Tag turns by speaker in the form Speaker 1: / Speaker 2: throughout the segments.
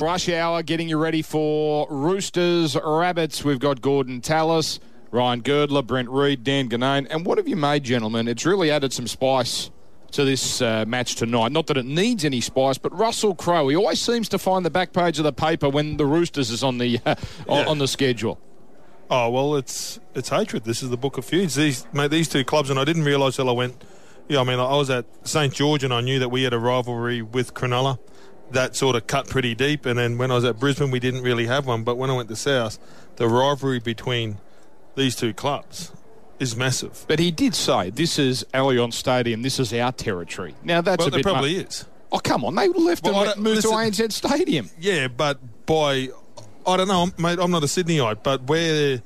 Speaker 1: Rush hour, getting you ready for Roosters, Rabbits. We've got Gordon Tallis, Ryan Girdler, Brent Reed, Dan Ganane. And what have you made, gentlemen? It's really added some spice to this uh, match tonight. Not that it needs any spice, but Russell Crowe, he always seems to find the back page of the paper when the Roosters is on the uh, on,
Speaker 2: Yeah.
Speaker 1: on the schedule.
Speaker 2: Oh well, it's it's hatred. This is the book of feuds. These mate, these two clubs, and I didn't realise till I went. Yeah, I mean, I was at St George, and I knew that we had a rivalry with Cronulla. That sort of cut pretty deep. And then when I was at Brisbane, we didn't really have one. But when I went to South, the rivalry between these two clubs is massive.
Speaker 1: But he did say, this is Allianz Stadium, this is our territory. Now, that's
Speaker 2: Well,
Speaker 1: a bit...
Speaker 2: there probably
Speaker 1: mu-
Speaker 2: is.
Speaker 1: Oh, come on, they left
Speaker 2: Well, I
Speaker 1: and went-
Speaker 2: don't-
Speaker 1: moved to
Speaker 2: listen-
Speaker 1: ANZ Stadium.
Speaker 2: Yeah, but by I don't know, mate. I'm not a Sydneyite, but where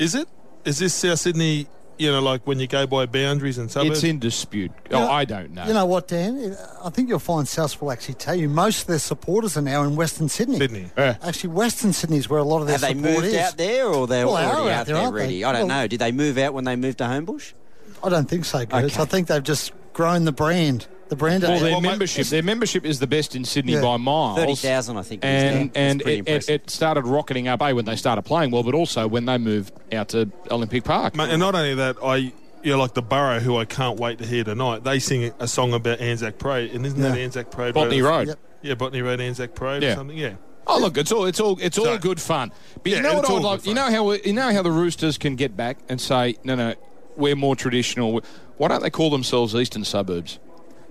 Speaker 2: is it? Is this South Sydney? You know, like when you go by boundaries and suburbs.
Speaker 1: It's in dispute.
Speaker 3: You
Speaker 1: oh,
Speaker 3: know-
Speaker 1: I don't know.
Speaker 3: You know what, Dan? I think you'll find South will actually tell you most of their supporters are now in Western Sydney.
Speaker 2: Sydney.
Speaker 1: Yeah.
Speaker 3: Actually, Western Sydney is where a lot of their
Speaker 4: Have they
Speaker 3: support is.
Speaker 4: moved out there, or they're
Speaker 3: Well, they are
Speaker 4: already
Speaker 3: out
Speaker 4: out
Speaker 3: there,
Speaker 4: there,
Speaker 3: aren't they?
Speaker 4: already? I don't
Speaker 3: Well-
Speaker 4: know. Did they move out when they moved to Homebush?
Speaker 3: I don't think so, Gertz.
Speaker 4: Okay.
Speaker 3: I think they've just grown the brand. The brand.
Speaker 1: Well, their
Speaker 2: Well, mate,
Speaker 1: membership, their membership is the best in Sydney
Speaker 3: Yeah.
Speaker 1: by miles.
Speaker 4: Thirty thousand, I think. it is now.
Speaker 1: and
Speaker 4: It's
Speaker 1: and
Speaker 4: pretty
Speaker 1: it, it,
Speaker 4: impressive.
Speaker 1: it started rocketing up a when they started playing well, but also when they moved out to Olympic Park.
Speaker 2: Mate, and not only that, I you know, like the Borough, who I can't wait to hear tonight. They sing a song about Anzac Parade, and isn't that
Speaker 3: Yeah.
Speaker 2: Anzac Parade?
Speaker 1: Botany
Speaker 2: Road?
Speaker 1: Road.
Speaker 3: uh, Yep.
Speaker 2: Yeah, Botany Road, Anzac Parade,
Speaker 1: Yeah.
Speaker 2: or something. Yeah.
Speaker 1: Oh look, it's all it's all it's all
Speaker 2: So-
Speaker 1: good fun. But you
Speaker 2: Yeah,
Speaker 1: know what
Speaker 2: it's
Speaker 1: I would
Speaker 2: all
Speaker 1: like?
Speaker 2: good
Speaker 1: You know
Speaker 2: fun.
Speaker 1: how we- you know how the Roosters can get back and say, no, no, we're more traditional. Why don't they call themselves Eastern Suburbs?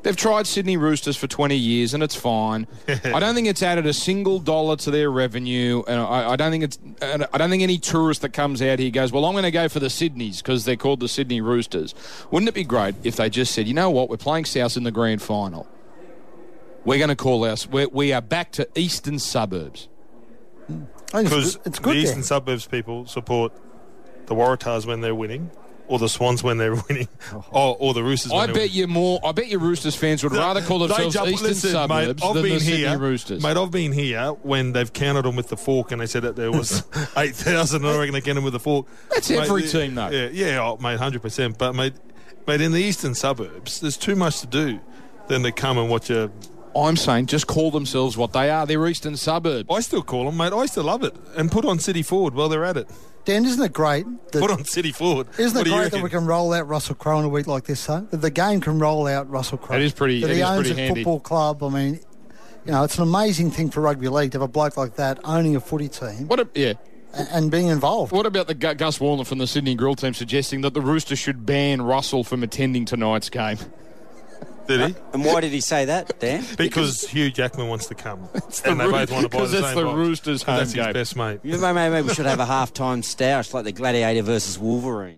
Speaker 1: They've tried Sydney Roosters for 20 years and it's fine. I don't think it's added a single dollar to their revenue. And I, I don't think it's. and I don't think any tourist that comes out here goes, well, I'm going to go for the Sydneys because they're called the Sydney Roosters. Wouldn't it be great if they just said, you know what, we're playing South in the grand final. We're going to call us. We're, we are back to Eastern Suburbs.
Speaker 3: I think
Speaker 2: Because
Speaker 3: it's, it's good
Speaker 2: the
Speaker 3: there.
Speaker 2: eastern suburbs people support the Waratahs when they're winning, or the Swans when they're winning,
Speaker 3: Oh.
Speaker 2: or, or the Roosters. When
Speaker 1: I
Speaker 2: they're
Speaker 1: bet
Speaker 2: winning.
Speaker 1: you more. I bet you Roosters fans would
Speaker 2: They-
Speaker 1: rather call
Speaker 2: they
Speaker 1: themselves
Speaker 2: double-
Speaker 1: Eastern
Speaker 2: listen,
Speaker 1: Suburbs
Speaker 2: mate, I've
Speaker 1: than the
Speaker 2: been
Speaker 1: Sydney
Speaker 2: here,
Speaker 1: Roosters.
Speaker 2: Mate, I've been here when they've counted them with the fork and they said that there was 8,000 and I reckon they counted them with the fork.
Speaker 1: That's every team, though.
Speaker 2: Yeah, yeah oh, mate, 100%. But, mate, mate, in the eastern suburbs, there's too much to do than to come and watch a...
Speaker 1: I'm saying just call themselves what they are. They're Eastern Suburbs.
Speaker 2: I still call them, mate. I still love it. And put on City Forward while they're at it.
Speaker 3: Dan, isn't it great? That,
Speaker 2: Put on City Forward.
Speaker 3: isn't
Speaker 2: What
Speaker 3: it
Speaker 2: do you
Speaker 3: great
Speaker 2: reckon?
Speaker 3: that we can roll out Russell Crowe in a week like this, though? That the game can roll out Russell Crowe.
Speaker 1: That is pretty-
Speaker 3: That
Speaker 1: that
Speaker 3: he
Speaker 1: is
Speaker 3: owns
Speaker 1: pretty
Speaker 3: a
Speaker 1: handy.
Speaker 3: football club. I mean, you know, it's an amazing thing for rugby league to have a bloke like that owning a footy team
Speaker 1: What? A, yeah.
Speaker 3: and, and being involved.
Speaker 1: What about the Gu- Gus Warner from the Sydney Grill team suggesting that the Roosters should ban Russell from attending tonight's game?
Speaker 2: Did he?
Speaker 4: and why did he say that, Dan?
Speaker 2: Because Hugh Jackman wants to come.
Speaker 1: the
Speaker 2: and they
Speaker 1: Roo-
Speaker 2: both want to buy the
Speaker 1: 'cause
Speaker 2: same
Speaker 1: that's the
Speaker 2: box.
Speaker 1: Roosters'
Speaker 2: That's
Speaker 1: home
Speaker 2: his
Speaker 1: game.
Speaker 2: best mate.
Speaker 4: Maybe, maybe we should have a half-time stoush like the Gladiator versus Wolverine.